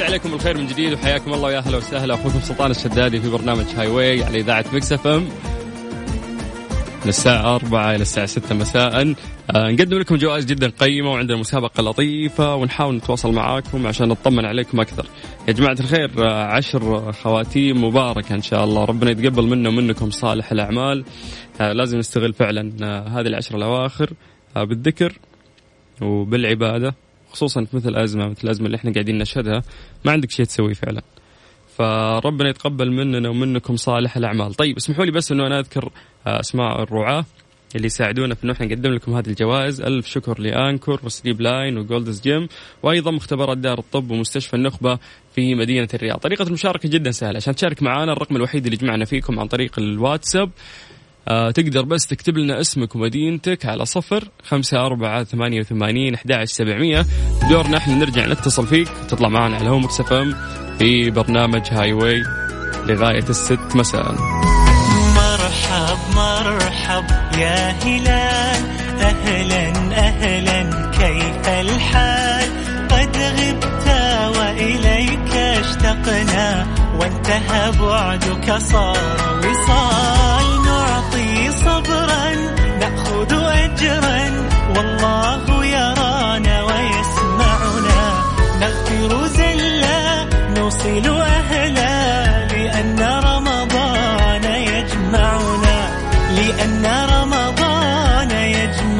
عليكم بالخير من جديد وحياكم الله ويا اهلا وسهلا اخوكم سلطان الشدادي في برنامج هاي واي على اذاعه مكس اف ام من الساعة 4 إلى الساعة 6 مساء آه نقدم لكم جوائز جدا قيمة وعندنا مسابقة لطيفة ونحاول نتواصل معاكم عشان نطمن عليكم أكثر يا جماعة الخير آه عشر خواتيم مباركة إن شاء الله ربنا يتقبل منا ومنكم صالح الأعمال آه لازم نستغل فعلا آه هذه العشر الأواخر آه بالذكر وبالعبادة خصوصا في مثل أزمة مثل الأزمة اللي احنا قاعدين نشهدها ما عندك شيء تسويه فعلا فربنا يتقبل مننا ومنكم صالح الاعمال. طيب اسمحوا لي بس انه انا اذكر اسماء الرعاه آه، اللي يساعدونا في انه احنا نقدم لكم هذه الجوائز، الف شكر لانكور وسليب لاين وجولدز جيم وايضا مختبرات دار الطب ومستشفى النخبه في مدينه الرياض. طريقه المشاركه جدا سهله، عشان تشارك معنا الرقم الوحيد اللي جمعنا فيكم عن طريق الواتساب آه تقدر بس تكتب لنا اسمك ومدينتك على صفر خمسة أربعة ثمانية وثمانين أحد سبعمية دورنا احنا نرجع نتصل فيك تطلع معنا على هومك سفم في برنامج هاي واي لغاية الست مساء مرحب مرحب يا هلال أهلا أهلا كيف الحال قد غبت وإليك اشتقنا وانتهى بعدك صار وصال نعطي صبرا نأخذ أجرا والله يرانا ويسمعنا نغفر زلا نوصل أهلا لأن رمضان يجمعنا لأن رمضان يجمعنا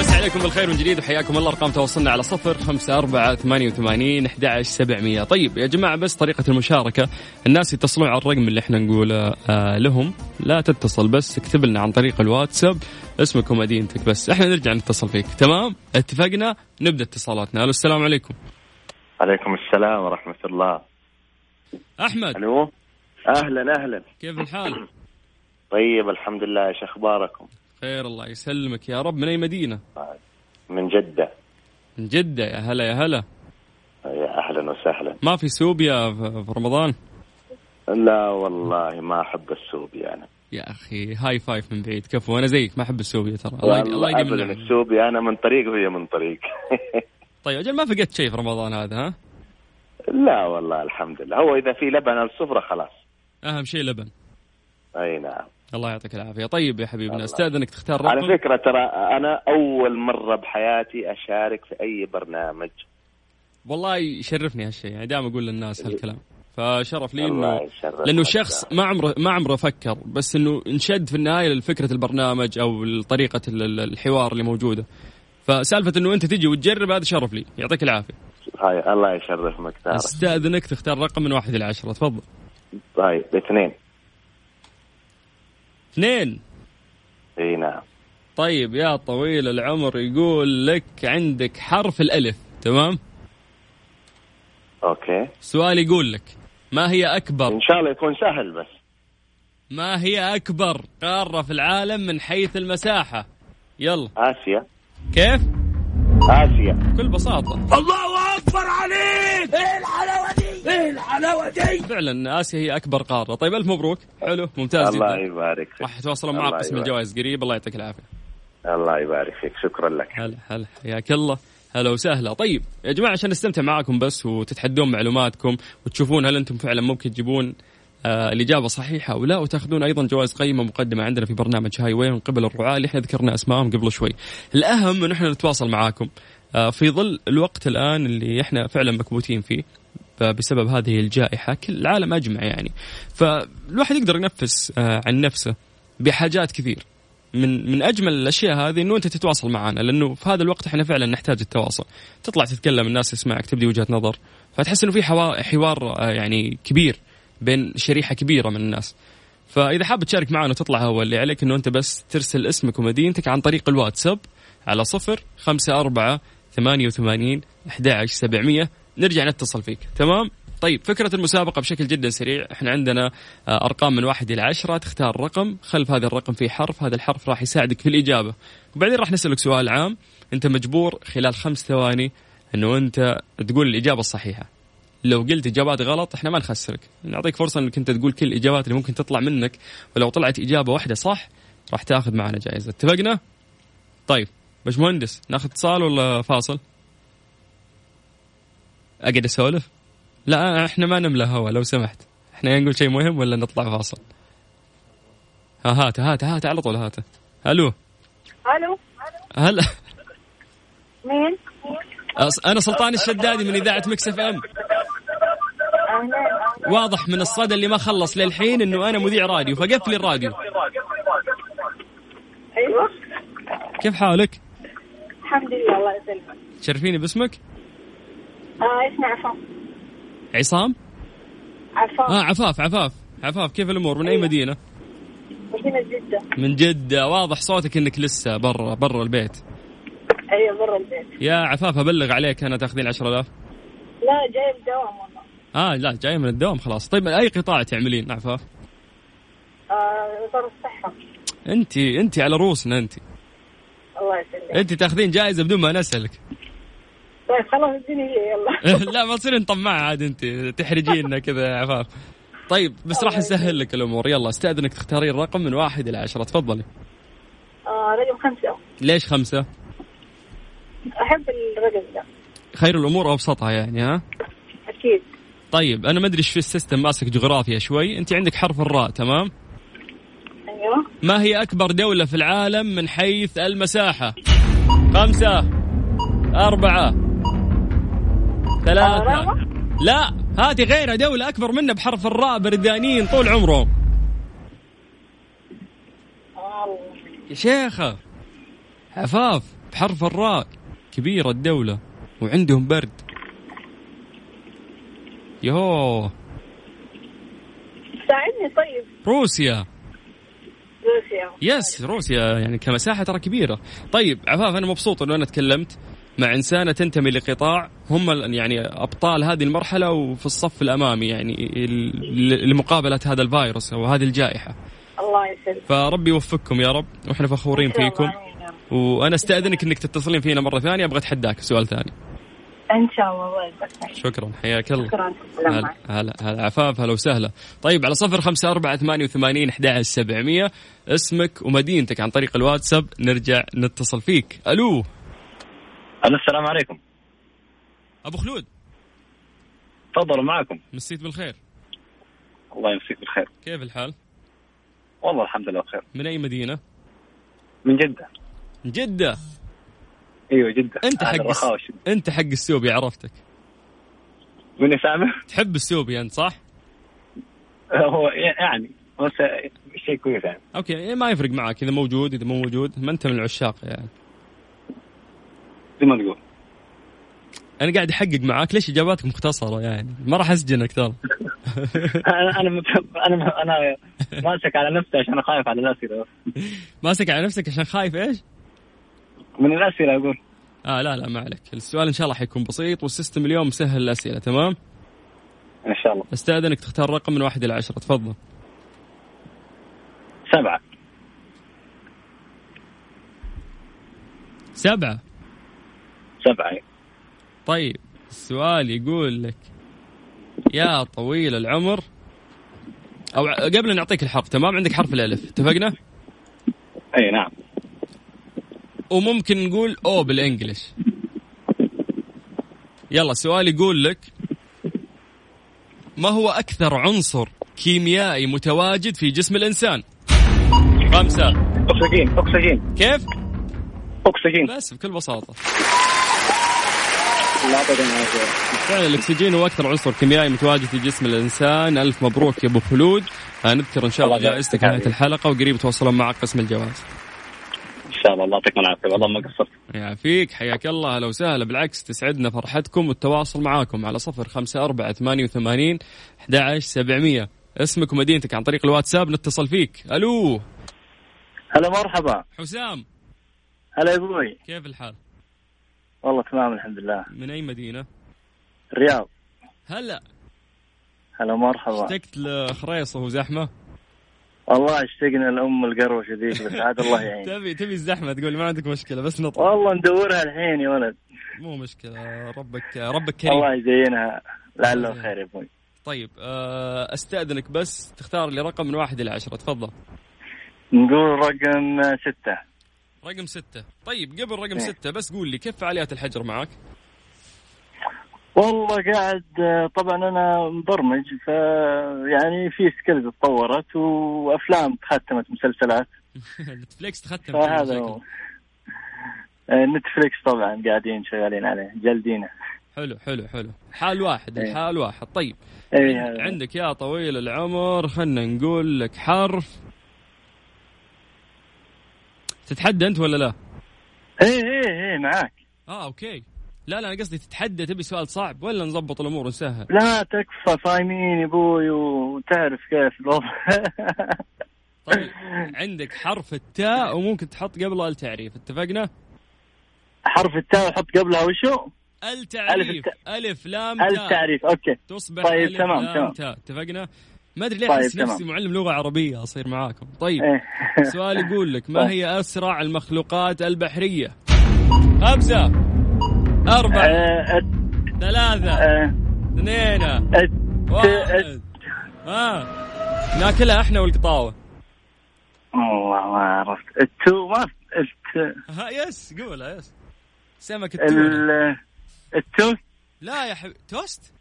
بس عليكم بالخير من جديد وحياكم الله ارقام تواصلنا على صفر خمسة أربعة ثمانية وثمانين أحد سبعمية طيب يا جماعة بس طريقة المشاركة الناس يتصلون على الرقم اللي احنا نقوله آه لهم لا تتصل بس اكتب لنا عن طريق الواتساب اسمك ومدينتك بس احنا نرجع نتصل فيك تمام اتفقنا نبدأ اتصالاتنا الو السلام عليكم عليكم السلام ورحمة الله أحمد ألو أهلا أهلا كيف الحال طيب الحمد لله إيش أخباركم خير الله يسلمك يا رب من أي مدينة من جدة من جدة يا هلا يا هلا يا أهلا وسهلا ما في سوبيا في في رمضان لا والله ما أحب السوبي أنا يا اخي هاي فايف من بعيد كفو انا زيك ما احب السوبيا ترى الله والله الله يديم أبداً النعمة. السوبي أنا من طريق وهي من طريق طيب اجل ما فقدت شيء في رمضان هذا ها لا والله الحمد لله هو إذا في لبن على السفرة خلاص اهم شيء لبن أي نعم الله يعطيك العافيه طيب يا حبيبنا الله. استاذنك تختار رقم على فكرة ترى أنا أول مرة بحياتي أشارك في أي برنامج والله يشرفني هالشيء يعني دائما اقول للناس هالكلام فشرف لي الله انه يشرفك لانه شخص ما عمره ما عمره فكر بس انه انشد في النهايه لفكره البرنامج او طريقه الحوار اللي موجوده فسالفه انه انت تجي وتجرب هذا شرف لي يعطيك العافيه هاي الله يشرف مكتار استاذنك تختار رقم من واحد الى عشره تفضل طيب اثنين اثنين اي نعم طيب يا طويل العمر يقول لك عندك حرف الألف تمام اوكي سؤال يقول لك ما هي أكبر ان شاء الله يكون سهل بس ما هي أكبر قارة في العالم من حيث المساحة يلا اسيا كيف اسيا بكل بساطة إيه حلاوتي فعلا آسيا هي أكبر قارة طيب ألف مبروك حلو ممتاز الله جدا يبارك فيك راح يتواصلون معك الله قسم يبارك. الجوائز قريب الله يعطيك العافية الله يبارك فيك شكرا لك هلا هلا حياك الله هلا وسهلا طيب يا جماعه عشان نستمتع معاكم بس وتتحدون معلوماتكم وتشوفون هل انتم فعلا ممكن تجيبون آه الاجابه صحيحه او لا وتاخذون ايضا جوائز قيمه مقدمه عندنا في برنامج هاي واي من قبل الرعاه اللي احنا ذكرنا اسمائهم قبل شوي. الاهم انه احنا نتواصل معاكم آه في ظل الوقت الان اللي احنا فعلا مكبوتين فيه بسبب هذه الجائحه كل العالم اجمع يعني فالواحد يقدر ينفس آه عن نفسه بحاجات كثير من من اجمل الاشياء هذه انه انت تتواصل معنا لانه في هذا الوقت احنا فعلا نحتاج التواصل تطلع تتكلم الناس تسمعك تبدي وجهه نظر فتحس انه في حوار, حوار آه، يعني كبير بين شريحه كبيره من الناس فاذا حاب تشارك معنا وتطلع هو اللي عليك انه انت بس ترسل اسمك ومدينتك عن طريق الواتساب على صفر خمسة أربعة ثمانية وثمانين أحد سبعمية نرجع نتصل فيك تمام طيب فكرة المسابقة بشكل جدا سريع احنا عندنا آه، أرقام من واحد إلى عشرة تختار رقم خلف هذا الرقم في حرف هذا الحرف راح يساعدك في الإجابة وبعدين راح نسألك سؤال عام أنت مجبور خلال خمس ثواني أنه أنت تقول الإجابة الصحيحة لو قلت اجابات غلط احنا ما نخسرك نعطيك فرصه انك انت تقول كل الاجابات اللي ممكن تطلع منك ولو طلعت اجابه واحده صح راح تاخذ معنا جائزه اتفقنا طيب باشمهندس ناخذ اتصال ولا فاصل اقعد اسولف لا احنا ما نملى هوا لو سمحت احنا يا نقول شيء مهم ولا نطلع فاصل ها هات هات هات على طول هات الو الو هلا مين؟ أص- انا سلطان الشدادي من اذاعه مكس اف ام اهلا واضح من الصدى اللي ما خلص للحين انه انا مذيع راديو فقفل الراديو ايوه كيف حالك؟ الحمد لله الله يسلمك تشرفيني باسمك؟ آه اسمع عفان عصام؟ اه عفان عفاف عفاف عفاف كيف الامور؟ من اي مدينه؟ مدينة جدة من جده واضح صوتك انك لسه برا برا البيت ايوه برا البيت يا عفاف ابلغ عليك انا تاخذين 10000 لا جاي الدوام والله اه لا جاي من الدوام خلاص طيب اي قطاع تعملين نعم، عفاف؟ آه وزارة الصحة انت انت على رؤوسنا انت الله يسلمك انت تاخذين جائزه بدون ما انا اسالك طيب خلاص اديني هي يلا لا ما تصيرين طماعه عاد انت تحرجينا كذا يا عفاف طيب بس راح نسهل لك الامور يلا استاذنك تختارين رقم من واحد الى عشره تفضلي آه رقم خمسة ليش خمسه؟ احب الرقم ده خير الامور ابسطها يعني ها؟ اكيد طيب انا ما ادري ايش في السيستم ماسك جغرافيا شوي، انت عندك حرف الراء تمام؟ ايوه ما هي اكبر دوله في العالم من حيث المساحه؟ خمسة أربعة ثلاثة آراء؟ لا هذه غيرها دولة أكبر منها بحرف الراء بردانيين طول عمرهم الله يا شيخة عفاف بحرف الراء كبيرة الدولة وعندهم برد يوه ساعدني طيب روسيا روسيا يس روسيا يعني كمساحه ترى كبيره طيب عفاف انا مبسوط انه انا تكلمت مع انسانه تنتمي لقطاع هم ال- يعني ابطال هذه المرحله وفي الصف الامامي يعني ال- لمقابله هذا الفيروس او هذه الجائحه الله يسلمك فربي يوفقكم يا رب واحنا فخورين فيكم وانا استاذنك انك تتصلين فينا مره ثانيه ابغى اتحداك سؤال ثاني ان شاء الله الله يسلمك شكرا حياك الله شكرا هلا هلا هلا عفاف هلا وسهلا طيب على صفر خمسة أربعة ثمانية وثمانين أحد سبعمية اسمك ومدينتك عن طريق الواتساب نرجع نتصل فيك ألو ألو السلام عليكم أبو خلود تفضلوا معكم مسيت بالخير الله يمسيك بالخير كيف الحال والله الحمد لله بخير من أي مدينة من جدة جدة ايوه جدة أنت أهل حق الس- الرخاء والشدة. أنت حق السوبي عرفتك من سامع تحب السوبي أنت صح هو يعني بس شيء كويس يعني أوكي إيه ما يفرق معك إذا موجود إذا مو موجود ما أنت من العشاق يعني زي ما تقول أنا قاعد أحقق معاك ليش إجاباتك مختصرة يعني ما راح أسجنك ترى انا انا مت- انا انا ماسك على نفسي عشان خايف على الاسئله بس. ماسك على نفسك عشان خايف إيش من الاسئله اقول اه لا لا ما عليك السؤال ان شاء الله حيكون بسيط والسيستم اليوم مسهل الاسئله تمام ان شاء الله استاذنك تختار رقم من واحد الى عشره تفضل سبعه سبعه سبعه أيوة. طيب السؤال يقول لك يا طويل العمر او ع- قبل أن نعطيك الحرف تمام عندك حرف الالف اتفقنا اي نعم وممكن نقول او بالانجلش يلا السؤال يقول لك ما هو اكثر عنصر كيميائي متواجد في جسم الانسان خمسه اكسجين اكسجين كيف اكسجين بس بكل بساطه لا ابدا ما في- فعلا الاكسجين هو اكثر عنصر كيميائي متواجد في جسم الانسان الف مبروك يا ابو خلود آه، نذكر ان شاء الله الله يبارك جائزتك فيك. نهايه الحلقه وقريب يتواصلون معك قسم الجوائز ان شاء الله الله يعطيكم العافيه والله ما قصرت يعافيك حياك الله اهلا وسهلا بالعكس تسعدنا فرحتكم والتواصل معاكم على صفر خمسة أربعة ثمانية وثمانين أحد عشر سبعمية اسمك ومدينتك عن طريق الواتساب نتصل فيك ألو هلا مرحبا حسام هلا يا ابوي كيف الحال والله تمام الحمد لله من أي مدينة الرياض هلا هلا مرحبا اشتقت لخريص وهو زحمه والله اشتقنا لام القروش ذيك بس عاد الله يعين تبي تبي الزحمه تقول ما عندك مشكله بس نطلع والله ندورها الحين يا ولد مو مشكله ربك ربك كريم الله يزينها لعله خير يا ابوي طيب آه، استاذنك بس تختار لي رقم من واحد الى عشره تفضل نقول رقم ستة رقم ستة طيب قبل رقم إيه. ستة بس قول لي كيف فعاليات الحجر معك والله قاعد طبعا انا مبرمج ف يعني في سكيلز اتطورت وافلام تختمت مسلسلات نتفليكس تختم فهذا هو آه، نتفليكس طبعا قاعدين شغالين عليه جلدينه حلو حلو حلو حال واحد إيه. الحال واحد طيب اي هذا. عندك يا طويل العمر خلنا نقول لك حرف تتحدى انت ولا لا؟ اي اي اي إيه، معاك اه اوكي لا لا انا قصدي تتحدى تبي سؤال صعب ولا نظبط الامور ونسهل؟ لا تكفى صايمين يا ابوي وتعرف كيف الوضع طيب عندك حرف التاء وممكن تحط قبله التعريف اتفقنا؟ حرف التاء احط قبلها وشو؟ التعريف الت- الف لام تاء التعريف اوكي تصبح طيب، ألف تمام، لام تمام. تاء اتفقنا؟ ما ادري ليه طيب، احس نفسي تمام. معلم لغه عربيه اصير معاكم طيب إيه. طيب. سؤال يقول لك ما هي اسرع المخلوقات البحريه؟ خمسه اربعه آه، الت- ثلاثه آه، إيه. اثنين الت- واحد ها ناكلها احنا والقطاوه والله ما عرفت التو ما الت... ها يس قولها يس سمك التونه ال... التو لا يا حبيبي توست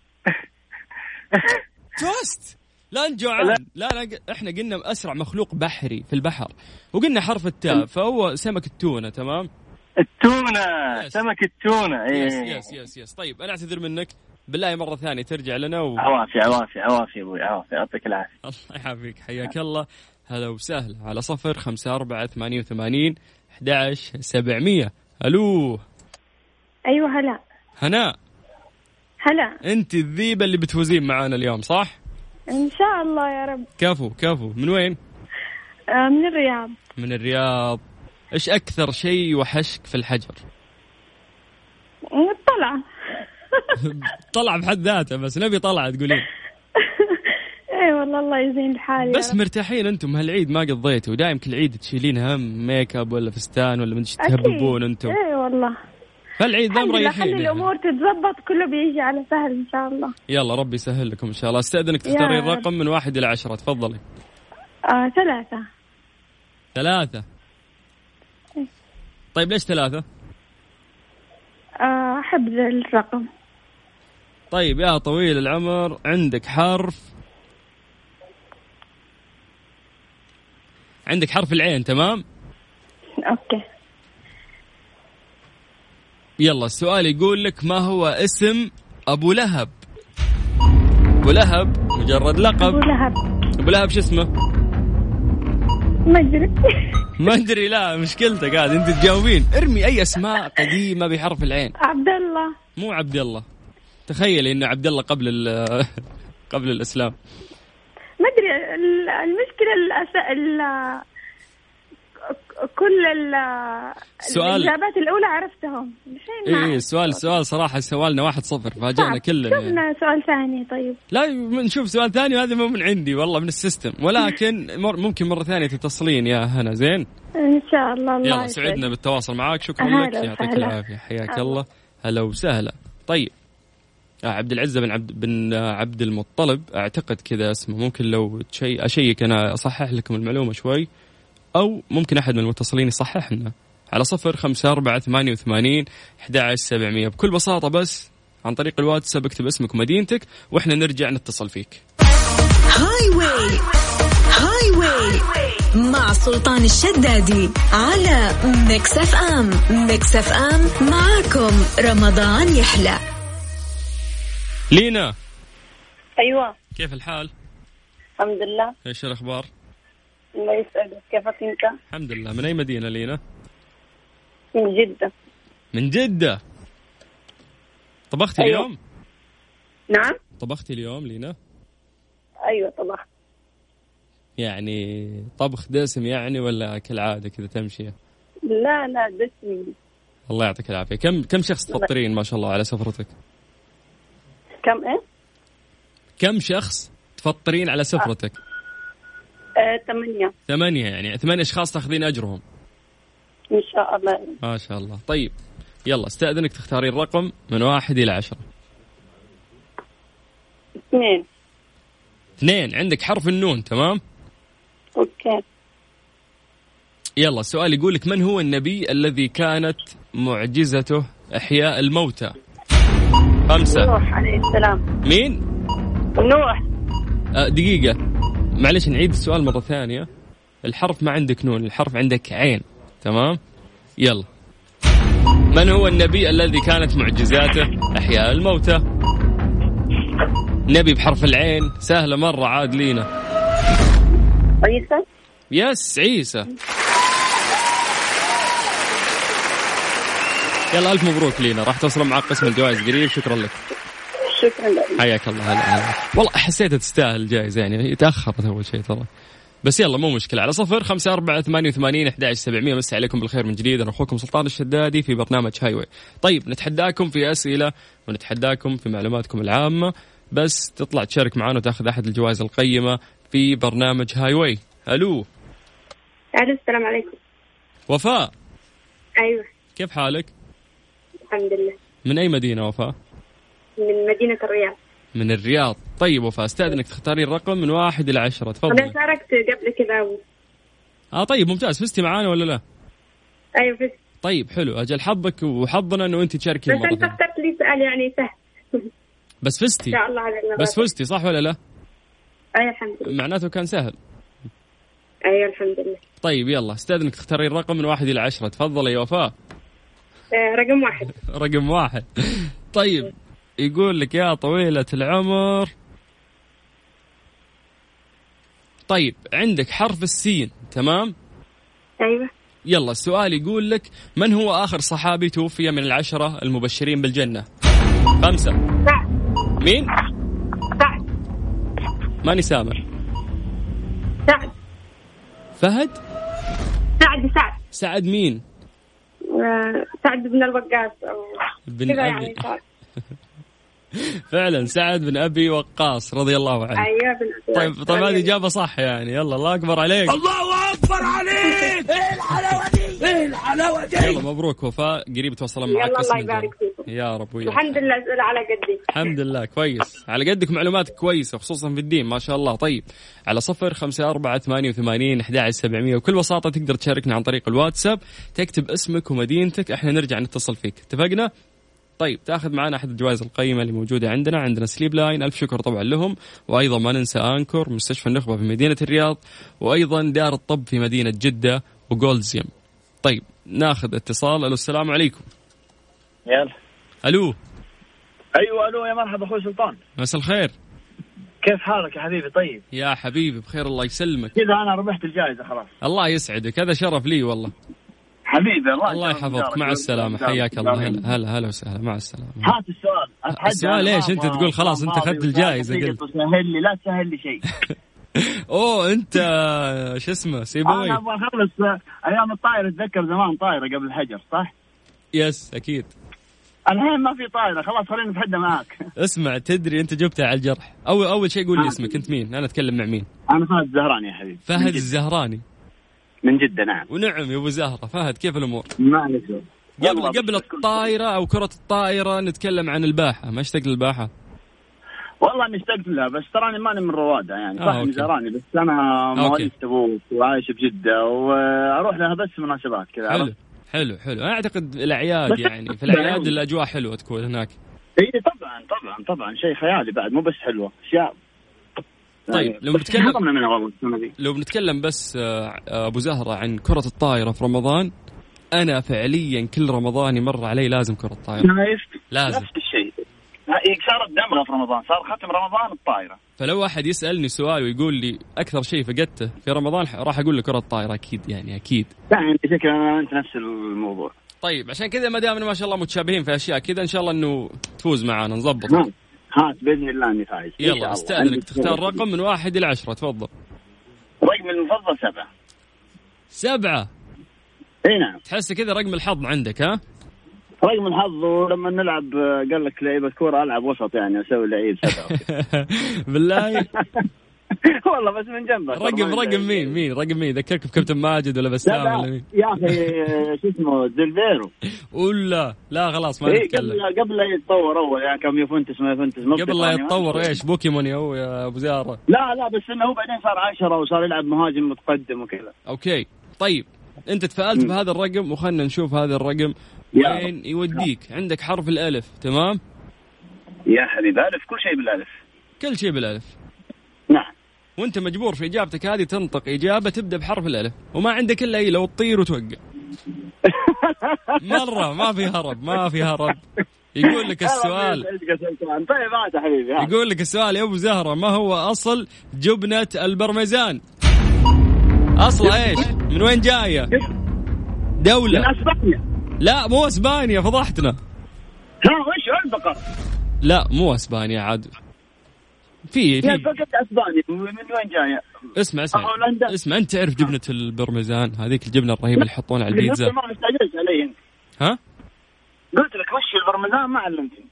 توست لا انت جوعان لا لا احنا قلنا اسرع مخلوق بحري في البحر وقلنا حرف التاء فهو سمك التونه تمام التونة يس. سمك التونة إيه. إيه. يس اي يس يس يس طيب انا اعتذر منك بالله مره ثانيه ترجع لنا و... أه. عوافي عوافي عوافي يا ابوي عوافي يعطيك العافية الله يعافيك حياك الله هلا وسهلا على صفر خمسة أربعة ثمانية وثمانين أحد عشر سبعمية ألو أيوة، ايوه هلا هناء هلا أنت الذيبة اللي بتفوزين معانا اليوم صح؟ ان شاء الله يا رب كفو كفو من وين؟ آه، من الرياض من الرياض إيش أكثر شيء وحشك في الحجر؟ مطلعة طلع بحد ذاته بس نبي طلع تقولين اي إيه والله الله يزين الحال يا بس رب. مرتاحين انتم هالعيد ما قضيتوا ودايم كل عيد تشيلين هم ميك اب ولا فستان ولا من أكيد. تهببون انتم اي والله فالعيد ذا الحمد لله خلي مريحين احنا. الامور تتزبط كله بيجي على سهل ان شاء الله يلا ربي يسهل لكم ان شاء الله استاذنك تختارين يا رب. رقم من واحد الى عشرة تفضلي آه ثلاثة ثلاثة طيب ليش ثلاثة؟ آه احب ذا الرقم طيب يا طويل العمر عندك حرف عندك حرف العين تمام؟ اوكي يلا السؤال يقول لك ما هو اسم ابو لهب؟ ابو لهب ابو مجرد لقب لهب ابو لهب شو اسمه؟ ما ادري ما ادري لا مشكلتك هذه انت تجاوبين ارمي اي اسماء قديمه بحرف العين عبد الله مو عبد الله تخيلي انه عبد الله قبل ال- قبل الاسلام ما ادري ال- المشكلة الأس... ال... كل ال... سؤال. الاجابات الاولى عرفتهم الحين ما اي أعرف. السؤال إيه، سؤال صراحه سوالنا واحد صفر فاجئنا نعم. طيب، كلنا يعني. شوفنا سؤال ثاني طيب لا ي- نشوف سؤال ثاني وهذا مو من عندي والله من السيستم ولكن مر ممكن مره ثانيه تتصلين يا هنا زين ان شاء الله الله يلا يسعدك. سعدنا بالتواصل معك شكرا أهلا لك يعطيك وسهلا. العافيه حياك أهلا. الله هلا وسهلا طيب آه، عبد العزة بن عبد بن آه، عبد المطلب اعتقد كذا اسمه ممكن لو تشي اشيك انا اصحح لكم المعلومه شوي او ممكن احد من المتصلين يصحح لنا على صفر خمسة أربعة ثمانية وثمانين أحد عشر سبعمية بكل بساطة بس عن طريق الواتساب اكتب اسمك ومدينتك واحنا نرجع نتصل فيك هاي واي هاي واي مع سلطان الشدادي على ميكس اف ام ميكس اف ام معاكم رمضان يحلى لينا ايوه أيوة، كيف الحال؟ الحمد لله ايش الاخبار؟ الله يسعدك كيفك انت الحمد لله من اي مدينة لينا؟ من جدة من جدة طبختي أيوة. اليوم؟ نعم طبختي اليوم لينا؟ أيوة ايوه طبعا يعني طبخ دسم يعني ولا كالعادة كذا تمشية؟ لا لا دسمي الله يعطيك العافية إيه؟ كم كم شخص تفطرين ما شاء الله على سفرتك؟ كم ايه كم شخص تفطرين على سفرتك؟ آه، ثمانية ثمانية يعني ثمانية أشخاص تاخذين أجرهم إن شاء الله ما شاء الله طيب يلا استأذنك تختارين رقم من واحد إلى عشرة اثنين اثنين عندك حرف النون تمام أوكي يلا السؤال يقول لك من هو النبي الذي كانت معجزته إحياء الموتى خمسة نوح عليه السلام مين نوح آه دقيقة معلش نعيد السؤال مرة ثانية الحرف ما عندك نون الحرف عندك عين تمام يلا من هو النبي الذي كانت معجزاته إحياء الموتى نبي بحرف العين سهلة مرة عاد لينا عيسى يس عيسى يلا الف مبروك لينا راح توصل مع قسم الجوائز قريب شكرا لك شكرا لك حياك الله هلا هلا والله حسيتها تستاهل الجائزه يعني تاخرت اول شيء ترى بس يلا مو مشكله على صفر خمسة أربعة ثمانية وثمانين أحد سبعمية مسي عليكم بالخير من جديد أنا أخوكم سلطان الشدادي في برنامج هايوي طيب نتحداكم في أسئلة ونتحداكم في معلوماتكم العامة بس تطلع تشارك معنا وتاخذ أحد الجوائز القيمة في برنامج هايوي ألو ألو السلام عليكم وفاء أيوة كيف حالك؟ الحمد لله من أي مدينة وفاء؟ من مدينة الرياض من الرياض طيب وفاء استأذنك تختارين رقم من واحد إلى عشرة أنا تفضلي شاركت قبل كذا آه طيب ممتاز فزتي معانا ولا لا أيوة بس طيب حلو أجل حظك وحظنا أنه أنت تشاركين بس مرة أنت ثانية. اخترت لي سؤال يعني سهل بس فزتي إن شاء الله على النبات. بس فزتي صح ولا لا أيوة الحمد لله معناته كان سهل أيوة الحمد لله طيب يلا استأذنك تختارين رقم من واحد إلى عشرة تفضلي يا وفاء آه، رقم واحد رقم واحد طيب يقول لك يا طويلة العمر طيب عندك حرف السين تمام أيوة يلا السؤال يقول لك من هو آخر صحابي توفي من العشرة المبشرين بالجنة خمسة سعد مين سعد ماني سامع سعد فهد سعد سعد سعد مين آه، سعد بن الوقاص أو بن كذا يعني أبي صار. فعلا سعد بن أبي وقاص رضي الله عنه أيوة بن طيب طيب هذه إجابة صح يعني يلا الله أكبر عليك الله اكبر عليك إيه ايه الحلاوه دي ايه الحلاوه يلا دي مبروك وفاء قريب توصلنا يلا معك الله قسم يبارك الجنة. فيكم. يا رب وياك الحمد لله أسئلة على قدي الحمد لله كويس على قدك معلوماتك كويسة خصوصا في الدين ما شاء الله طيب على صفر خمسة أربعة ثمانية وثمانين أحد سبعمية وكل بساطة تقدر تشاركنا عن طريق الواتساب تكتب اسمك ومدينتك احنا نرجع نتصل فيك اتفقنا؟ طيب تاخذ معنا احد الجوائز القيمه اللي موجوده عندنا عندنا سليب لاين الف شكر طبعا لهم وايضا ما ننسى انكور مستشفى النخبه في مدينه الرياض وايضا دار الطب في مدينه جده وجولدزيم طيب ناخذ اتصال الو السلام عليكم يلا الو ايوه الو يا مرحبا اخوي سلطان مساء الخير كيف حالك يا حبيبي طيب يا حبيبي بخير الله يسلمك كذا انا ربحت الجائزه خلاص الله يسعدك هذا شرف لي والله حبيبي الله الله يحفظك مع السلامه حياك الله هلا هلا هلا وسهلا مع السلامه هات السؤال أتحدى السؤال أنا ما إيش؟ أنت أبغى- تقول خلاص ما أنت أبغى أخذت الجائزة وسائل قلت. تقل وسهل لي لا تسهل لي شيء اوه انت شو اسمه سيبوي انا ابغى اخلص ايام الطائره اتذكر زمان طائره قبل الحجر صح؟ يس اكيد الحين ما في طائره خلاص خلينا نتحدى معاك اسمع تدري انت جبتها على الجرح اول اول شيء آه. قول لي اسمك انت مين انا اتكلم مع مين انا فهد الزهراني يا حبيبي من فهد جد- الزهراني من جده نعم ونعم يا ابو زهره فهد كيف الامور ما عليك شغل. قبل والله قبل بس كل- الطائره او كره الطائره نتكلم عن الباحه ما اشتقت للباحه والله اني اشتقت لها بس تراني ماني من رواده يعني آه، صح أوكي. من زهراني بس انا مواليد تبوك وعايش بجده واروح لها بس مناسبات كذا حلو عرفت؟ حلو حلو انا اعتقد الاعياد بس- يعني في بس- الاعياد الاجواء حلوه تكون هناك اي طبعا طبعا طبعا شيء خيالي بعد مو بس حلوه اشياء طيب، يعني لما بس بتكلم- حرمنا منها والله السنه ذي لو بنتكلم بس آه، ابو زهره عن كره الطائره في رمضان انا فعليا كل رمضان يمر علي لازم كره الطائره شايف؟ لازم نفس الشيء إيه، هي صارت دمغه في رمضان صار ختم رمضان الطايره فلو واحد يسالني سؤال ويقول لي اكثر شيء فقدته في رمضان ح- راح اقول له كره الطائره اكيد يعني اكيد يعني شكلها انا انت نفس الموضوع طيب عشان كذا ما دامنا ما شاء الله متشابهين في اشياء كذا ان شاء الله انه تفوز معانا نظبط هات هات باذن الله اني فايز نعم. إن شاء يلا الله. استاذنك عندي تختار رقم من واحد الى عشره تفضل رقم المفضل سبعه سبعه اي نعم تحس كذا رقم الحظ عندك ها رغم حظه لما نلعب آه، قال لك لعيبه كوره العب وسط يعني اسوي لعيب سبعة. بالله والله بس من جنبه رقم رقم مين مين رقم مين ذكرك بكابتن ماجد ولا لا بسام ولا لا مين يا اخي آه، شو اسمه ديلفيرو ولا لا خلاص ما إيه نتكلم قبل قبل لا يتطور اول يعني كم يوفنتس ما يوفنتس ما قبل لا يتطور ايش بوكيمون يا هو يا ابو زياره لا لا بس انه هو بعدين صار عشرة وصار يلعب مهاجم متقدم وكذا اوكي طيب انت تفائلت بهذا الرقم وخلنا نشوف هذا الرقم يا وين يوديك عندك حرف الالف تمام يا حبيب الف كل شيء بالالف كل شيء بالالف نعم وانت مجبور في اجابتك هذه تنطق اجابه تبدا بحرف الالف وما عندك الا هي لو تطير وتوقع مره ما في هرب ما في هرب يقول لك السؤال طيب عاد يا حبيبي عاد. يقول لك السؤال يا ابو زهره ما هو اصل جبنه البرميزان؟ اصلها ايش؟ من وين جايه؟ من دولة اسبانيا لا مو اسبانيا فضحتنا ها وش البقر لا مو اسبانيا عاد في يا في بقت اسبانيا من وين جايه؟ اسمع اسمع هولندا. اسمع انت تعرف جبنة البرميزان هذيك الجبنة الرهيبة اللي يحطونها على البيتزا قلت ما استعجلت علي انت ها؟ قلت لك وش البرمجان ما علمتني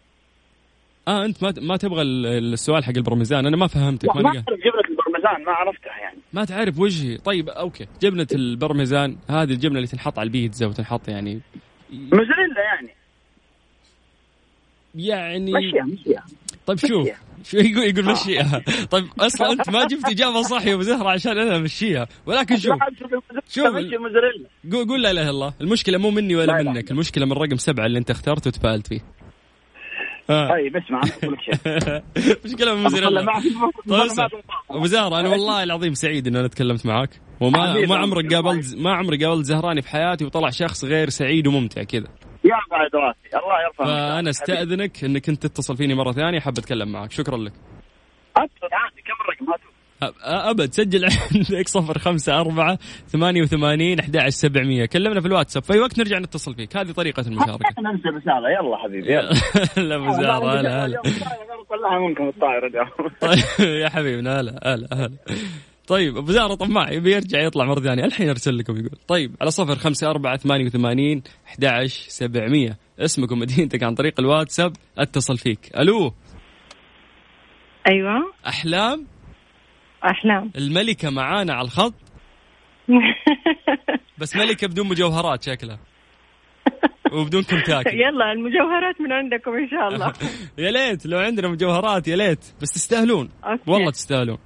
اه انت ما ما تبغى ال- السؤال حق البرميزان انا ما فهمتك ما ما لقى- اعرف جبنه البرمجان ما عرفتها يعني ما تعرف وجهي طيب اوكي جبنة البرميزان هذه الجبنة اللي تنحط على البيتزا وتنحط يعني موزاريلا يعني يعني مشيها مشيها طيب شوف شو يقول يقول آه. مشيها طيب اصلا انت ما جبت اجابه صح يا ابو زهره عشان انا امشيها ولكن شوف شوف. شوف طيب، مشي موزاريلا قو- قول لا اله الا الله المشكله مو مني ولا لا لا. منك المشكله من رقم سبعه اللي انت اخترته وتفائلت فيه آه. طيب اسمع انا اقول لك شيء مشكلة من والله موزاريلا ما في- طيب والله اسمع. ما في مقاطعة. ابو زهره انا والله العظيم سعيد ان انا تكلمت معك وما حبيبي. ما عمرك قابلت ما عمري قابلت زهراني في حياتي وطلع شخص غير سعيد وممتع كذا يا بعد راسي الله يرفع فانا استاذنك انك انت تتصل فيني مره ثانيه حاب اتكلم معك شكرا لك اتصل عادي كم الرقم هاتوا أ- ابد سجل عندك صفر خمسة أربعة ثمانية وثمانين أحد عشر سبعمية كلمنا في الواتساب في وقت نرجع نتصل فيك هذه طريقة المشاركة خلينا ننسى الرساله يلا حبيبي يلا لا أبو زهرة، هلا هلا طلعها منكم الطائره اليوم طيب يا حبيبنا هلا هلا هلا طيب ابو زهره طماع يبي يرجع يطلع مره ثانيه الحين ارسل لكم يقول طيب على صفر خمسة أربعة ثمانية وثمانين أحد عشر سبعمية اسمك ومدينتك عن طريق الواتساب اتصل فيك الو ايوه احلام احلام الملكه معانا على الخط بس ملكه بدون مجوهرات شكلها وبدون كنتاكي يلا المجوهرات من عندكم ان شاء الله يا ليت لو عندنا مجوهرات يا ليت بس تستاهلون أوكي. والله تستاهلون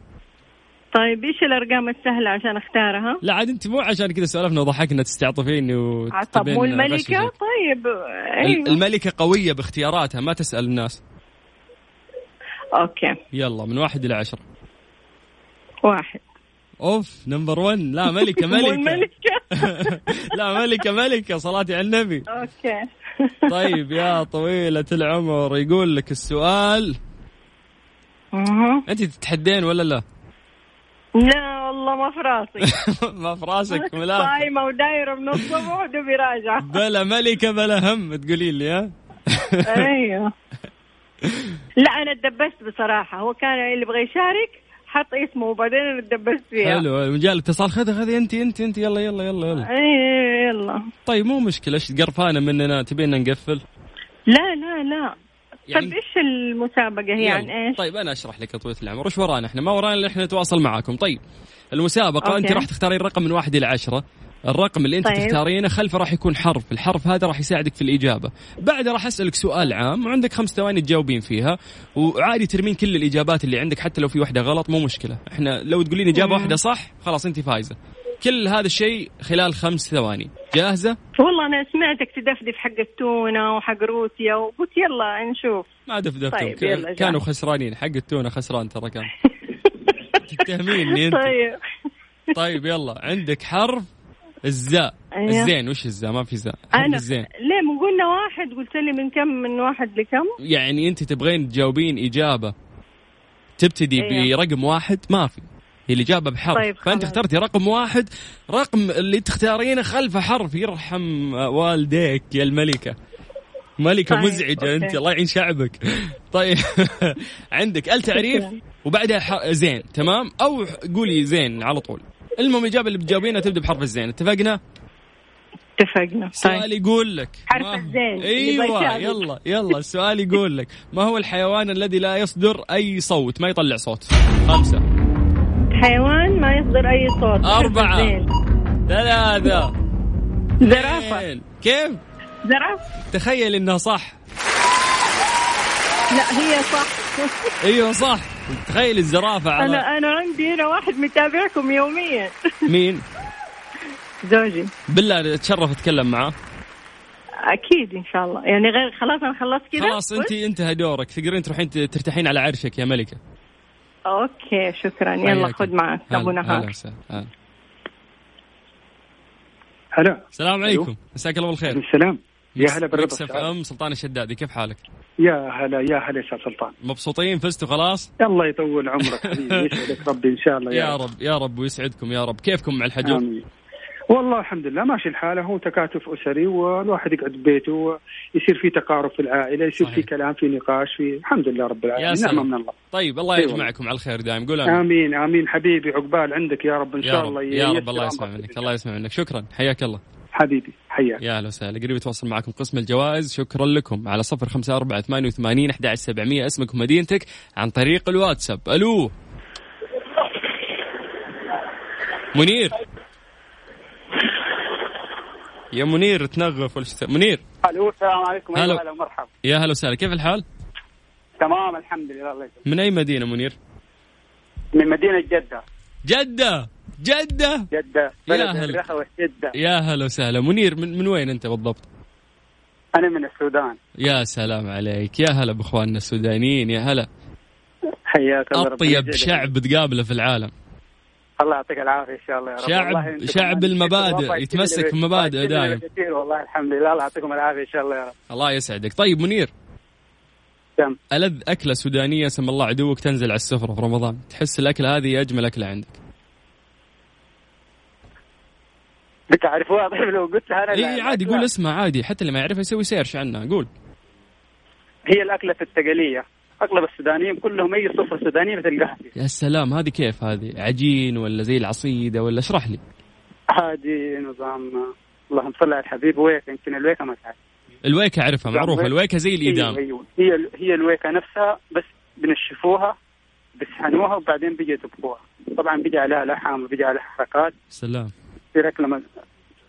طيب ايش الارقام السهله عشان اختارها لا عاد انت مو عشان كذا سولفنا وضحكنا تستعطفيني طب وتبين مو غششك. الملكه طيب ال- ايوه الملكة قوية باختياراتها ما تسأل الناس اوكي يلا من واحد إلى عشرة واحد أوف نمبر ون لا ملكة مو ملكة الملكه لا ملكة ملكة صلاتي على النبي اوكي طيب يا طويلة العمر يقول لك السؤال أها. أنت تتحدين ولا لا لا والله ما في راسي ما في راسك ملاك صايمه ودايره من الصبح دوبي راجعه بلا ملكة بلا هم تقولي لي ها ايوه لا انا اتدبست بصراحه هو كان اللي يبغى يشارك حط اسمه وبعدين انا اتدبست فيها حلو من جاء الاتصال خذي خذي انت انت انت يلا يلا يلا آه. يلا اي يلا طيب مو مشكله ايش قرفانه مننا تبينا نقفل لا لا لا يعني- طيب يعني ايش المسابقه هي عن يلا. ايش؟ طيب انا اشرح لك يا طويله العمر ايش ورانا احنا ما ورانا الا احنا نتواصل معاكم طيب المسابقه أوكي. انت راح تختارين رقم من واحد الى عشرة الرقم اللي انت طيب. تختارينه خلفه راح يكون حرف الحرف هذا راح يساعدك في الاجابه بعدها راح اسالك سؤال عام وعندك خمس ثواني تجاوبين فيها وعادي ترمين كل الاجابات اللي عندك حتى لو في واحده غلط مو مشكله احنا لو تقولين اجابه واحده صح خلاص انت فايزه كل هذا الشيء خلال خمس ثواني جاهزه والله انا سمعتك تدفدف حق التونه وحق روسيا وقلت يلا نشوف ما دفدفتهم طيب، يلا جاهز. كانوا خسرانين حق التونه خسران ترى كان تتهميني انت طيب طيب يلا عندك حرف الزاء أيوه. الزين وش الزاء ما في زاء حرف انا الزين ليه من قلنا واحد قلت لي من كم من واحد لكم؟ يعني انت تبغين تجاوبين اجابه تبتدي أيوه. برقم واحد ما في هي الاجابه بحرف طيب، فانت خلاص. اخترتي رقم واحد رقم اللي تختارينه خلفه حرف يرحم والديك يا الملكه ملكه طيب، مزعجه انت أوكي. الله يعين شعبك طيب عندك التعريف وبعدها ح- زين تمام او قولي زين على طول المهم الاجابه اللي بتجاوبينها تبدا بحرف الزين اتفقنا اتفقنا السؤال طيب. يقول لك حرف ما- الزين. يبغى ايوه يشارك. يلا يلا السؤال يقول لك ما هو الحيوان الذي لا يصدر اي صوت ما يطلع صوت خمسة حيوان ما يصدر أي صوت أربعة. زين. ثلاثة زرافة اثنين. كيف زرافة تخيل انها صح لا هي صح ايوه صح تخيل الزرافة على أنا أنا عندي هنا واحد متابعكم يوميا مين زوجي بالله اتشرف اتكلم معاه أكيد إن شاء الله يعني غير خلاص أنا خلصت كذا خلاص انت انتهى دورك تقدرين تروحين ت- ترتاحين على عرشك يا ملكة أوكي شكرا يلا حياك. خذ معك هلا- أبو هلا نهار وسهلا. آه. هلا. هلا السلام عليكم مساك الله بالخير السلام يا هلا بالرضا مكسف والسعادة. ام سلطان الشدادي كيف حالك يا هلا يا هلا يا استاذ سلطان مبسوطين فزتوا خلاص الله يطول عمرك حبيبي يسعدك ربي ان شاء الله يا رب يا رب ويسعدكم يا رب كيفكم مع الحجوب طيب. آمين. والله الحمد لله ماشي الحال هو تكاتف اسري والواحد يقعد ببيته يصير في تقارب في العائله يصير صحيح. في كلام في نقاش في الحمد لله رب يا العالمين سلام. نعمه من الله طيب الله أيوة. يجمعكم على الخير دائم قول امين امين امين حبيبي عقبال عندك يا رب ان يا شاء رب الله يا ييسر رب الله يسمع أمرك بإذن منك الله يسمع منك شكرا حياك الله حبيبي حياك يا اهلا وسهلا قريب يتواصل معكم قسم الجوائز شكرا لكم على صفر خمسة أربعة ثمانية وثمانين أحد سبعمية اسمك ومدينتك عن طريق الواتساب ألو منير يا منير تنغف ولا شو تسوي؟ منير الو السلام عليكم أيوة، هلا. ايوه هلا ومرحبا يا هلا وسهلا كيف الحال؟ تمام الحمد لله الله يسلمك من أي مدينة منير؟ من مدينه جده جدة جدة جده بلد هلا. الرخوه جده يا هلا وسهلا منير من, من وين أنت بالضبط؟ انا من السودان يا سلام عليك يا هلا بإخواننا السودانيين يا هلا حياك الله ربنا أطيب يجزيك. شعب تقابله في العالم الله يعطيك العافيه ان شاء الله يا رب شعب- والله أنتم شعب كمان المبادئ، والله يفيدنا يتمسك ب- بمبادئ يفيدنا دايم. كثير والله الحمد لله الله يعطيكم العافيه ان شاء الله يا رب الله يسعدك طيب منير تم. ألذ أكلة سودانية سم الله عدوك تنزل على السفرة في رمضان تحس الأكلة هذه أجمل أكلة عندك بتعرفوها طيب لو قلتها انا لا- اي إيه، عادي قول اسمها عادي حتى اللي ما يعرفها يسوي سيرش عنها قول هي الاكله التقليه اغلب السودانيين كلهم اي سفره سودانيه بتلقاها فيها يا سلام هذه كيف هذه عجين ولا زي العصيدة ولا اشرح لي هادي نظام اللهم صل على الحبيب ويك يمكن الويكه ما تعرف الويكة أعرفها معروفة الويكة زي الإدام ايوه ايوه هي هي الويكه نفسها بس بنشفوها بسحنوها وبعدين بيجي يطبخوها طبعا بيجي عليها لحم وبيجي عليها حركات سلام في اكله مز-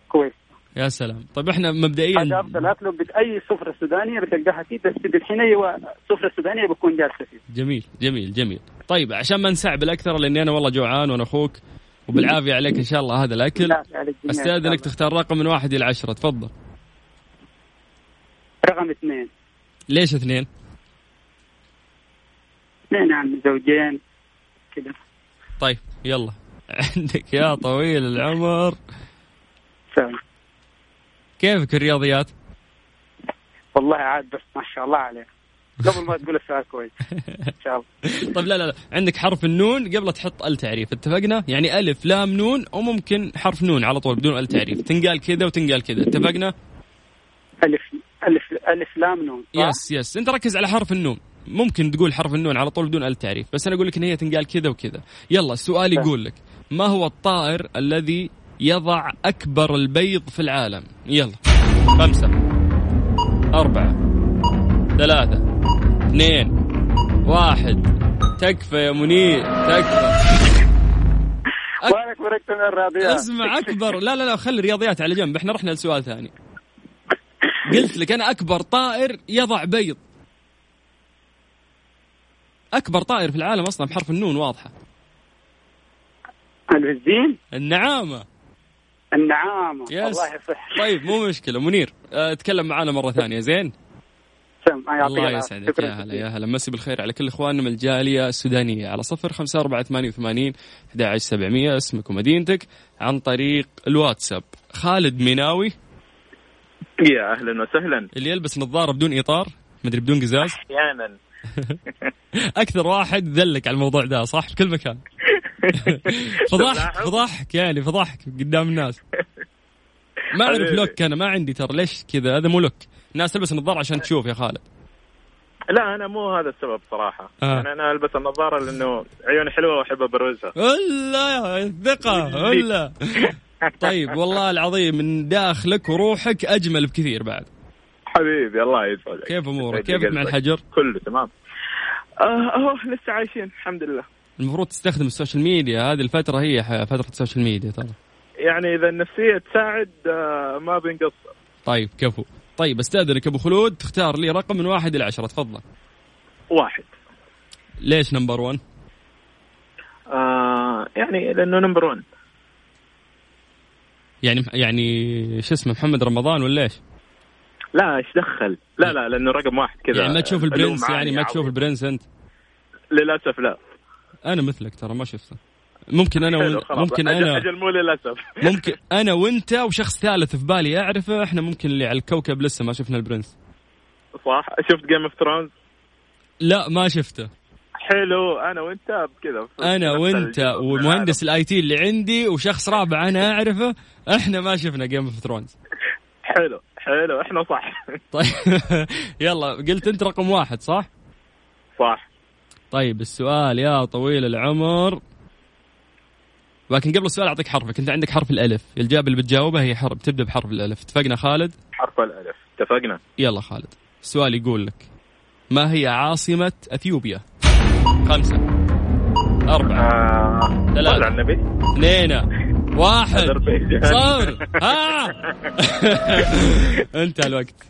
كويس يا سلام طيب احنا مبدئيا هذا افضل اكله بت- اي سفره سودانيه بتلقاها فيه بس الحين اي و- سفره سودانيه بتكون جالسه فيه جميل جميل جميل طيب عشان ما نسعبل اكثر لاني انا والله جوعان وانا اخوك وبالعافيه عليك ان شاء الله هذا الاكل لا، على الجميع إن شاء الله. استاذنك تختار رقم من واحد الى عشره تفضل رقم اثنين ليش اثنين؟ اثنين يعني زوجين كده طيب يلا عندك يا طويل العمر سلام. كيفك الرياضيات؟ والله عاد بس ما شاء الله عليك قبل ما تقول السؤال كويس ان شاء الله طيب لا لا لا عندك حرف النون قبل تحط التعريف اتفقنا؟ يعني الف لام نون وممكن حرف نون على طول بدون التعريف تنقال كذا وتنقال كذا اتفقنا؟ الف الف الف لام نون صح؟ يس يس انت ركز على حرف النون ممكن تقول حرف النون على طول بدون التعريف بس انا اقول لك ان هي تنقال كذا وكذا يلا السؤال يقول لك ما هو الطائر الذي يضع اكبر البيض في العالم يلا خمسة أربعة ثلاثة اثنين واحد تكفى يا منير تكفى وينك فرقت من الرياضيات اسمع أكبر لا لا لا خلي الرياضيات على جنب احنا رحنا لسؤال ثاني قلت لك أنا أكبر طائر يضع بيض أكبر طائر في العالم أصلا بحرف النون واضحة الهزين النعامة النعامة يس. الله يصح طيب مو مشكلة منير اه، تكلم معنا مرة ثانية زين سم يعطيك الله العافية. يسعدك شكراً يا هلا كثير. يا هلا مسي بالخير على كل اخواننا من الجاليه السودانيه على صفر خمسة أربعة ثمانية وثمانين أحد سبعمية اسمك ومدينتك عن طريق الواتساب خالد ميناوي يا اهلا وسهلا اللي يلبس نظاره بدون اطار مدري بدون قزاز احيانا اكثر واحد ذلك على الموضوع ده صح في كل مكان فضحك تلاحظ؟ فضحك يعني فضحك قدام الناس ما اعرف حبيبي. لوك انا ما عندي ترى ليش كذا هذا مو لوك الناس تلبس النظاره عشان تشوف يا خالد لا انا مو هذا السبب صراحه آه. انا انا البس النظاره لانه عيوني حلوه واحب ابرزها الا يا الثقه الا طيب والله العظيم من داخلك وروحك اجمل بكثير بعد حبيبي الله يسعدك كيف امورك؟ يسعدك كيفك مع قلبك. الحجر؟ كله تمام آه، اهو لسه عايشين الحمد لله المفروض تستخدم السوشيال ميديا هذه الفترة هي ح- فترة السوشيال ميديا ترى يعني اذا النفسيه تساعد آه، ما بنقصر طيب كفو طيب استاذنك ابو خلود تختار لي رقم من واحد الى عشرة تفضل واحد ليش نمبر 1 آه يعني لانه نمبر 1 يعني يعني شو اسمه محمد رمضان ولا ايش؟ لا ايش دخل لا لا لانه رقم واحد كذا يعني ما تشوف ألوم البرنس عالي يعني ما عوض. تشوف البرنس انت للاسف لا انا مثلك ترى ما شفته ممكن انا حلو، وال... خلاص. ممكن أجل- انا اجل مو للاسف ممكن انا وانت وشخص ثالث في بالي اعرفه احنا ممكن اللي على الكوكب لسه ما شفنا البرنس صح شفت جيم اوف ثرونز لا ما شفته حلو انا وانت كذا انا وانت ومهندس الاي تي اللي عندي وشخص رابع انا اعرفه احنا ما شفنا جيم اوف ثرونز حلو حلو احنا صح طيب يلا قلت انت رقم واحد صح؟ صح طيب السؤال يا طويل العمر لكن قبل السؤال اعطيك حرفك انت عندك حرف الالف الاجابه اللي بتجاوبها هي حرف تبدا بحرف الالف اتفقنا خالد حرف الالف اتفقنا يلا خالد السؤال يقول لك ما هي عاصمه اثيوبيا خمسه اربعه آه ثلاثه على النبي اثنين واحد أذربيجان. صفر ها انت الوقت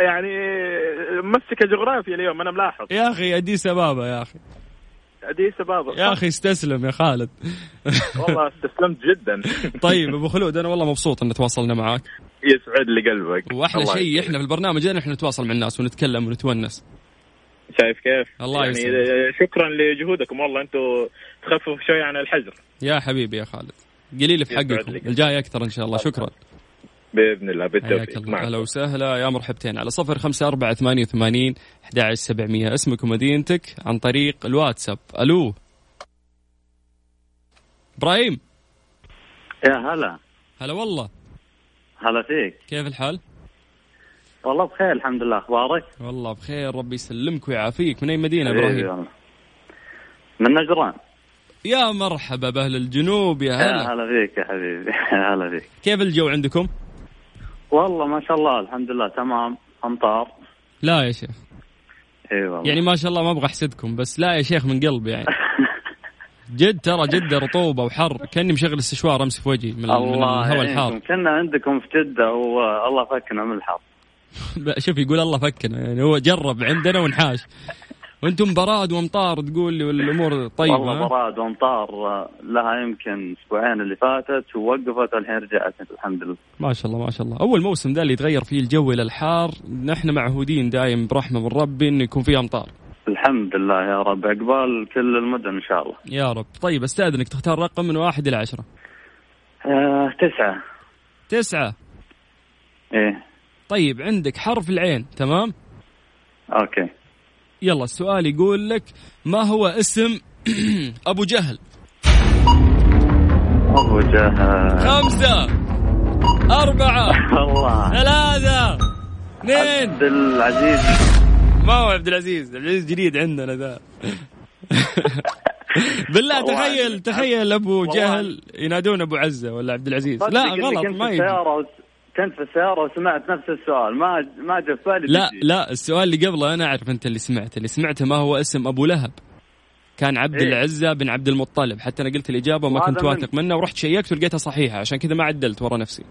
يعني مسك جغرافيا اليوم انا ملاحظ يا اخي اديس ابابا يا اخي اديس ابابا يا اخي استسلم يا خالد والله استسلمت جدا طيب ابو خلود انا والله مبسوط ان تواصلنا معاك يسعد لي قلبك واحلى الله شيء احنا في البرنامج هذا احنا نتواصل مع الناس ونتكلم ونتونس شايف كيف؟ الله يعني يسعدك. شكرا لجهودكم والله انتم تخففوا شوي عن الحجر يا حبيبي يا خالد قليل في يسعد حقكم لك. الجاي اكثر ان شاء الله شكرا باذن الله حياك بالتوفيق الله هلا وسهلا يا مرحبتين على صفر خمسة أربعة ثمانية وثمانين أحد عشر سبعمية اسمك ومدينتك عن طريق الواتساب ألو إبراهيم يا هلا هلا والله هلا فيك كيف الحال؟ والله بخير الحمد لله اخبارك والله بخير ربي يسلمك ويعافيك من أي مدينة حبيبي إبراهيم؟ والله. من نجران يا مرحبا بأهل الجنوب يا يا هلا هلا فيك يا حبيبي يا هلا فيك كيف الجو عندكم؟ والله ما شاء الله الحمد لله تمام امطار لا يا شيخ اي والله يعني ما شاء الله ما ابغى احسدكم بس لا يا شيخ من قلبي يعني جد ترى جدة رطوبة وحر كأني مشغل السشوار امس في وجهي من, من الله الهواء يعينكم. الحار كنا عندكم في جده والله فكنا من الحر شوف يقول الله فكنا يعني هو جرب عندنا ونحاش وانتم براد وامطار تقول لي والامور طيبة والله ها؟ براد وامطار لها يمكن اسبوعين اللي فاتت ووقفت والحين رجعت الحمد لله ما شاء الله ما شاء الله اول موسم ذا اللي يتغير فيه الجو الى الحار نحن معهودين دايم برحمة من ربي انه يكون فيه امطار الحمد لله يا رب عقبال كل المدن ان شاء الله يا رب طيب استاذنك تختار رقم من واحد الى عشرة آه تسعه تسعة ايه طيب عندك حرف العين تمام اوكي يلا السؤال يقول لك ما هو اسم ابو جهل ابو جهل خمسة أربعة الله ثلاثة اثنين عبد العزيز ما هو عبد العزيز عبد العزيز جديد عندنا ذا بالله تخيل تخيل ابو جهل ينادون ابو عزه ولا عبد العزيز صدق لا إني غلط كنت ما في يجي السيارة وس- كنت في السيارة وسمعت نفس السؤال ما ما جاء في بالي لا تجي. لا السؤال اللي قبله انا اعرف انت اللي سمعته اللي سمعته ما هو اسم ابو لهب كان عبد إيه. العزة بن عبد المطلب حتى انا قلت الاجابه وما وهذا كنت من- واثق منها ورحت شيكت ولقيتها صحيحه عشان كذا ما عدلت ورا نفسي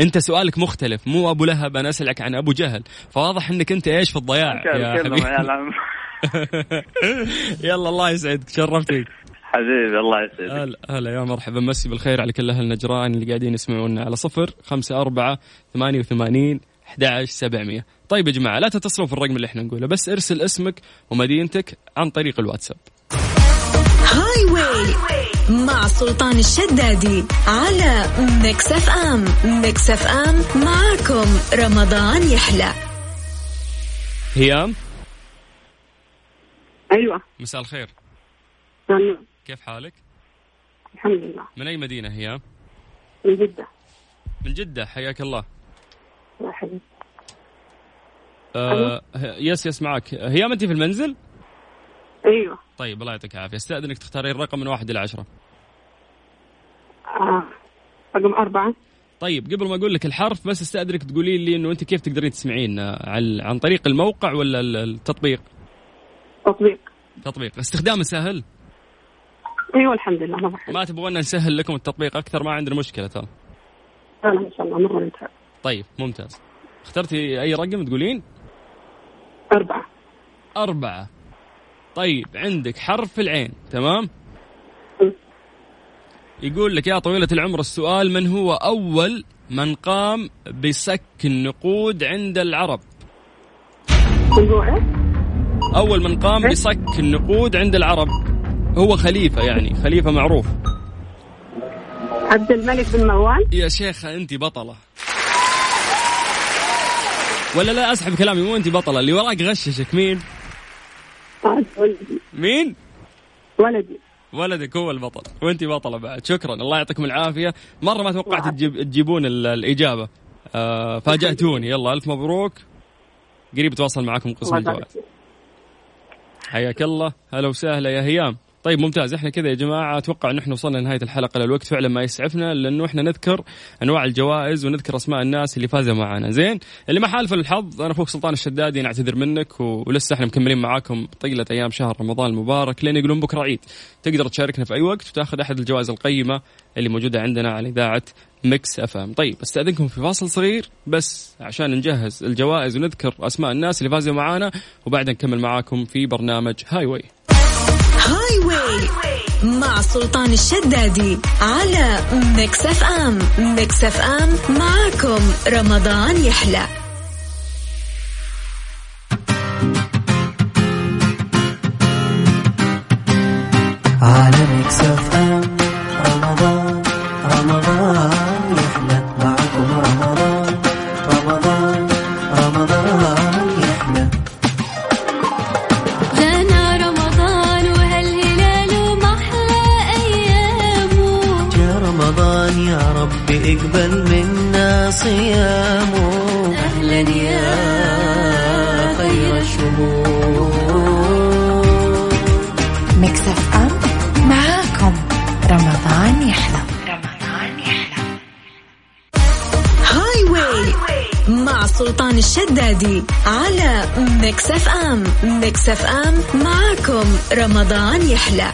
انت سؤالك مختلف مو ابو لهب انا اسالك عن ابو جهل فواضح انك انت ايش في الضياع كان- يا كان حبيبي يا العم. يلا الله يسعدك شرفتك حبيبي الله يسعدك هلا هلا يا مرحبا مسي بالخير على كل اهل نجران اللي قاعدين يسمعونا على صفر خمسة أربعة ثمانية وثمانين سبعمية طيب يا جماعة لا تتصلوا في الرقم اللي احنا نقوله بس ارسل اسمك ومدينتك عن طريق الواتساب هاي واي مع سلطان الشدادي على ميكس اف ام ميكس اف ام معاكم رمضان يحلى هيام ايوه مساء الخير تمام. كيف حالك؟ الحمد لله من أي مدينة هيام؟ من جدة من جدة حياك الله يا حبيبي آه يس يس معك هيام أنت في المنزل؟ ايوه أيوه. طيب الله يعطيك العافية استأذنك تختارين رقم من واحد إلى عشرة آه. رقم أربعة طيب قبل ما اقول لك الحرف بس استاذنك تقولي لي انه انت كيف تقدرين تسمعين آه، عن عن طريق الموقع ولا ال- التطبيق؟ تطبيق تطبيق استخدامه سهل؟ أيوة الحمد لله مرة ما تبغون نسهل لكم التطبيق اكثر ما عندنا مشكله ترى. حلوة آه، إن شاء الله مرة ممتاز طيب ممتاز. اخترتي اي رقم تقولين؟ أربعة أربعة طيب عندك حرف العين تمام يقول لك يا طويلة العمر السؤال من هو أول من قام بسك النقود عند العرب أول من إيه؟ قام بسك النقود عند العرب هو خليفة يعني خليفة معروف عبد الملك بن مروان يا شيخة أنت بطلة ولا لا أسحب كلامي مو أنت بطلة اللي وراك غششك مين مين ولدي ولدك هو البطل وانت بطله بعد شكرا الله يعطيكم العافيه مره ما توقعت نعم. تجيب تجيبون ال- الاجابه آه فاجاتوني يلا الف مبروك قريب اتواصل معاكم قسم الله الجوائز يبارك حياك الله هلا وسهلا يا هيام طيب ممتاز احنا كذا يا جماعه اتوقع ان احنا وصلنا لنهايه الحلقه للوقت فعلا ما يسعفنا لانه احنا نذكر انواع الجوائز ونذكر اسماء الناس اللي فازوا معنا زين اللي ما حالف الحظ انا اخوك سلطان الشدادي نعتذر منك و- ولسه احنا مكملين معاكم طيله ايام شهر رمضان المبارك لين يقولون بكره عيد تقدر تشاركنا في اي وقت وتاخذ احد الجوائز القيمه اللي موجوده عندنا على اذاعه ميكس اف ام طيب استاذنكم في فاصل صغير بس عشان نجهز الجوائز ونذكر اسماء الناس اللي فازوا معانا وبعدها نكمل معاكم في برنامج هاي واي هاي واي مع سلطان الشدادي على ميكس اف ام ميكس اف ام معاكم رمضان يحلى على ميكس اف ام رمضان رمضان يحلى معكم رمضان رمضان رمضان يحلى جانا رمضان وهالهلال ما احلى ايامه يا رمضان يا رب اقبل منا صيامه اهلا يا خير الشهور ميكس اف ام معاكم رمضان يحلى هاي واي مع سلطان الشدادي على ميكس اف ام ميكس اف ام معاكم رمضان يحلى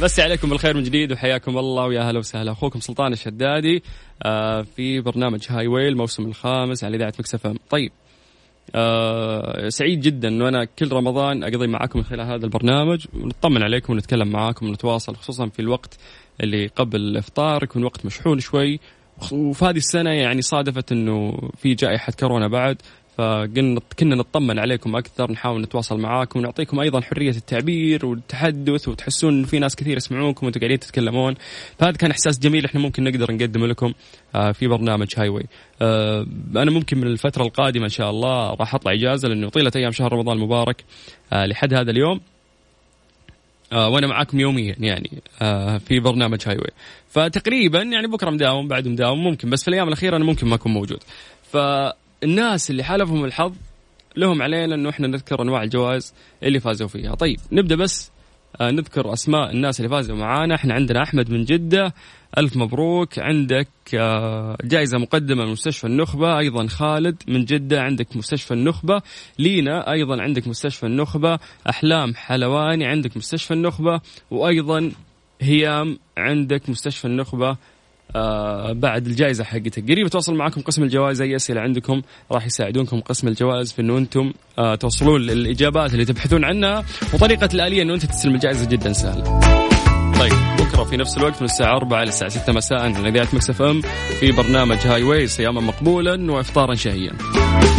مسي عليكم بالخير من جديد وحياكم الله ويا هلا وسهلا اخوكم سلطان الشدادي آه، في برنامج هاي واي الموسم الخامس على اذاعه مكس اف ام طيب آه، سعيد جدا انه انا كل رمضان اقضي معاكم من خلال هذا البرنامج ونطمن عليكم ونتكلم معاكم ونتواصل خصوصا في الوقت اللي قبل الافطار يكون وقت مشحون شوي وخ- وفي هذه السنه يعني صادفت انه في جائحه كورونا بعد فقلنا كنا نطمن عليكم اكثر نحاول نتواصل معاكم ونعطيكم ايضا حريه التعبير والتحدث وتحسون ان في ناس كثير يسمعونكم وانتم قاعدين تتكلمون فهذا كان احساس جميل احنا ممكن نقدر نقدمه لكم آه، في برنامج هاي واي آه، انا ممكن من الفتره القادمه ان شاء الله راح اطلع اجازه لانه طيله ايام شهر رمضان المبارك آه، لحد هذا اليوم آه، وانا معاكم يوميا يعني آه، في برنامج هاي واي فتقريبا يعني بكره مداوم بعد مداوم ممكن بس في الايام الاخيره انا ممكن ما اكون موجود فالناس اللي حالفهم الحظ لهم علينا انه احنا نذكر انواع الجوائز اللي فازوا فيها طيب نبدا بس آه، نذكر اسماء الناس اللي فازوا معانا احنا عندنا احمد من جده الف مبروك عندك آه، جائزه مقدمه من مستشفى النخبه ايضا خالد من جده عندك مستشفى النخبه لينا ايضا عندك مستشفى النخبه احلام حلواني عندك مستشفى النخبه وايضا هيام عندك مستشفى النخبه آه بعد الجائزه حقتك قريب اتواصل معاكم قسم الجوائز اي اسئله عندكم راح يساعدونكم قسم الجوائز في انه انتم آه توصلون للاجابات اللي تبحثون عنها وطريقه الاليه انه انت تستلم الجائزه جدا سهله. طيب بكره في نفس الوقت من الساعه 4 الى الساعه 6 مساء على اذاعه مكس اف ام في برنامج هاي واي صياما مقبولا وافطارا شهيا.